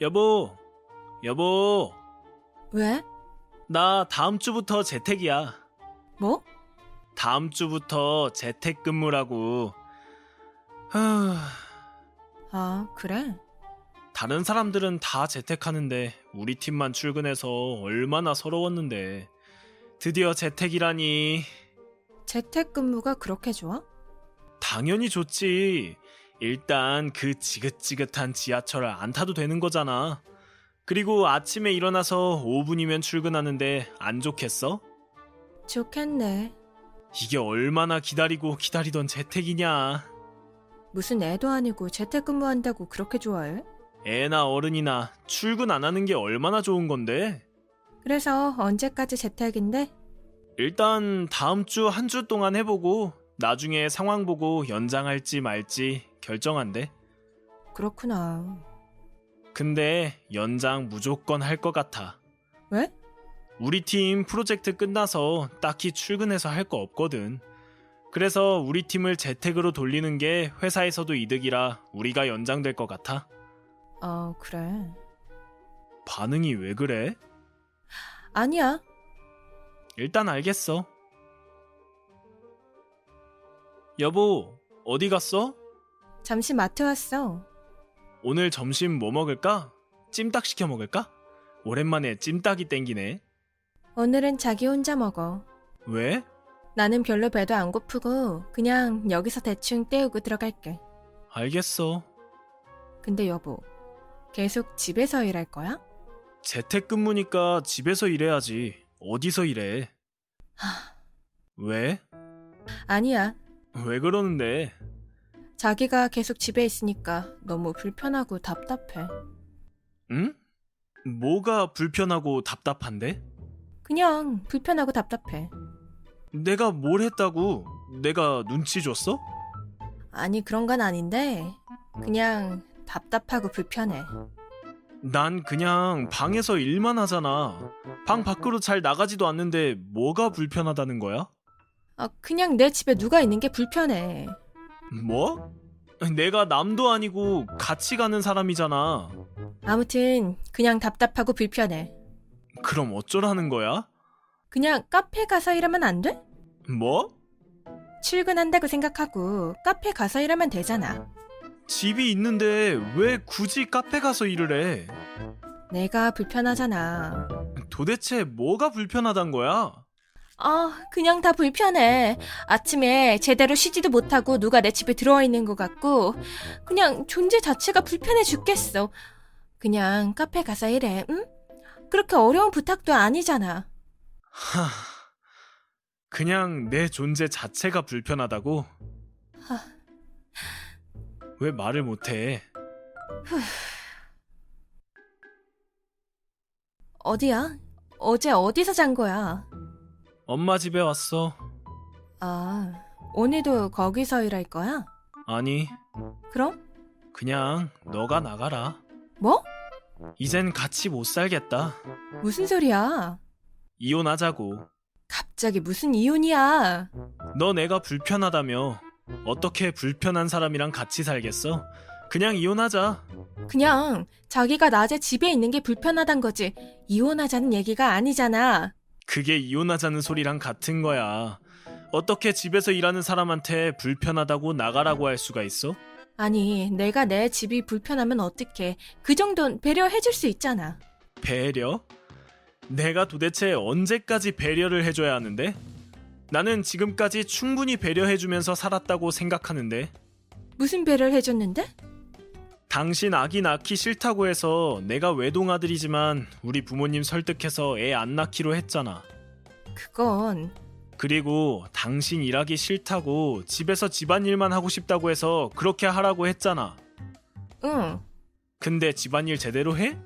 여보, 여보, 왜? 나 다음 주부터 재택이야. 뭐? 다음 주부터 재택 근무라고. 하, 아, 그래? 다른 사람들은 다 재택하는데 우리 팀만 출근해서 얼마나 서러웠는데. 드디어 재택이라니. 재택근무가 그렇게 좋아? 당연히 좋지. 일단 그 지긋지긋한 지하철을 안 타도 되는 거잖아. 그리고 아침에 일어나서 5분이면 출근하는데 안 좋겠어? 좋겠네. 이게 얼마나 기다리고 기다리던 재택이냐. 무슨 애도 아니고 재택근무한다고 그렇게 좋아해? 애나 어른이나 출근 안 하는 게 얼마나 좋은 건데? 그래서 언제까지 재택인데? 일단 다음 주 한 주 동안 해보고 나중에 상황 보고 연장할지 말지 결정한대. 그렇구나. 근데 연장 무조건 할 것 같아. 왜? 우리 팀 프로젝트 끝나서 딱히 출근해서 할 거 없거든. 그래서 우리 팀을 재택으로 돌리는 게 회사에서도 이득이라 우리가 연장될 것 같아. 아, 그래. 반응이 왜 그래? 아니야. 일단 알겠어. 여보, 어디 갔어? 잠시 마트 왔어. 오늘 점심 뭐 먹을까? 찜닭 시켜 먹을까? 오랜만에 찜닭이 땡기네. 오늘은 자기 혼자 먹어. 왜? 나는 별로 배도 안 고프고 그냥 여기서 대충 때우고 들어갈게. 알겠어. 근데 여보, 계속 집에서 일할 거야? 재택근무니까 집에서 일해야지. 어디서 일해? 왜? 아니야. 왜 그러는데? 자기가 계속 집에 있으니까 너무 불편하고 답답해. 응? 뭐가 불편하고 답답한데? 그냥 불편하고 답답해. 내가 뭘 했다고? 내가 눈치 줬어? 아니, 그런 건 아닌데, 그냥 답답하고 불편해. 난 그냥 방에서 일만 하잖아. 방 밖으로 잘 나가지도 않는데 뭐가 불편하다는 거야? 아, 그냥 내 집에 누가 있는 게 불편해. 뭐? 내가 남도 아니고 같이 가는 사람이잖아. 아무튼, 그냥 답답하고 불편해. 그럼 어쩌라는 거야? 그냥 카페 가서 일하면 안 돼? 뭐? 출근한다고 생각하고 카페 가서 일하면 되잖아. 집이 있는데 왜 굳이 카페 가서 일을 해? 내가 불편하잖아. 도대체 뭐가 불편하단 거야? 아, 그냥 다 불편해. 아침에 제대로 쉬지도 못하고 누가 내 집에 들어와 있는 것 같고, 그냥 존재 자체가 불편해 죽겠어. 그냥 카페 가서 일해, 응? 그렇게 어려운 부탁도 아니잖아. 하, 그냥 내 존재 자체가 불편하다고? 하. 왜 말을 못해? 어디야? 어제 어디서 잔 거야? 엄마 집에 왔어. 아, 오늘도 거기서 일할 거야? 아니, 그럼? 그냥 너가 나가라. 뭐? 이젠 같이 못 살겠다. 무슨 소리야? 이혼하자고. 갑자기 무슨 이혼이야? 너 내가 불편하다며. 어떻게 불편한 사람이랑 같이 살겠어? 그냥 이혼하자. 그냥 자기가 낮에 집에 있는 게 불편하단 거지. 이혼하자는 얘기가 아니잖아. 그게 이혼하자는 소리랑 같은 거야. 어떻게 집에서 일하는 사람한테 불편하다고 나가라고 할 수가 있어? 아니, 내가 내 집이 불편하면 어떡해. 그 정도는 배려해줄 수 있잖아. 배려? 내가 도대체 언제까지 배려를 해줘야 하는데? 나는 지금까지 충분히 배려해주면서 살았다고 생각하는데 무슨 배려를 해줬는데? 당신 아기 낳기 싫다고 해서 내가 외동아들이지만 우리 부모님 설득해서 애 안 낳기로 했잖아. 그건, 그리고 당신 일하기 싫다고 집에서 집안일만 하고 싶다고 해서 그렇게 하라고 했잖아. 응. 근데 집안일 제대로 해?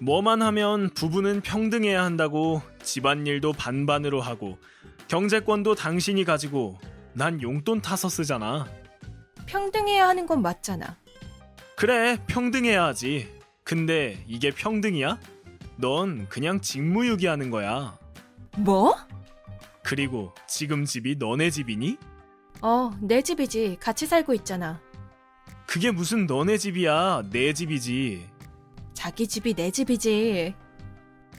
뭐만 하면 부부는 평등해야 한다고 집안일도 반반으로 하고 경제권도 당신이 가지고 난 용돈 타서 쓰잖아. 평등해야 하는 건 맞잖아. 그래, 평등해야지. 근데 이게 평등이야? 넌 그냥 직무유기하는 거야. 뭐? 그리고 지금 집이 너네 집이니? 어, 내 집이지. 같이 살고 있잖아. 그게 무슨 너네 집이야, 내 집이지. 자기 집이 내 집이지.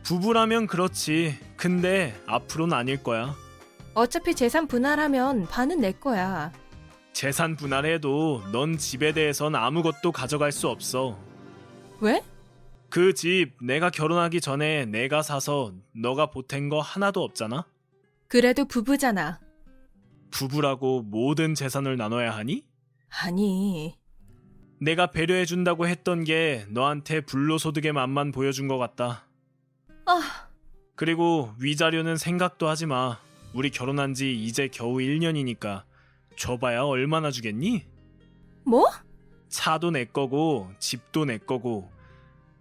부부라면 그렇지. 근데 앞으로는 아닐 거야. 어차피 재산 분할하면 반은 내 거야. 재산 분할해도 넌 집에 대해선 아무것도 가져갈 수 없어. 왜? 그 집 내가 결혼하기 전에 내가 사서 너가 보탠 거 하나도 없잖아. 그래도 부부잖아. 부부라고 모든 재산을 나눠야 하니? 아니, 내가 배려해준다고 했던 게 너한테 불로소득의 맛만 보여준 것 같다. 아. 그리고 위자료는 생각도 하지 마. 우리 결혼한 지 이제 겨우 1년이니까. 줘봐야 얼마나 주겠니? 뭐? 차도 내 거고, 집도 내 거고.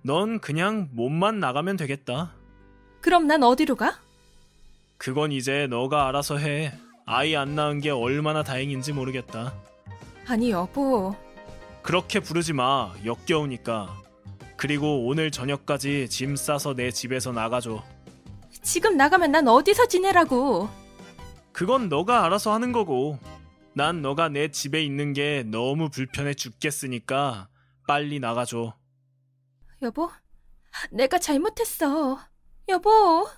넌 그냥 몸만 나가면 되겠다. 그럼 난 어디로 가? 그건 이제 너가 알아서 해. 아이 안 낳은 게 얼마나 다행인지 모르겠다. 아니, 여보. 그렇게 부르지 마. 역겨우니까. 그리고 오늘 저녁까지 짐 싸서 내 집에서 나가줘. 지금 나가면 난 어디서 지내라고. 그건 너가 알아서 하는 거고. 난 너가 내 집에 있는 게 너무 불편해 죽겠으니까 빨리 나가줘. 여보, 내가 잘못했어. 여보.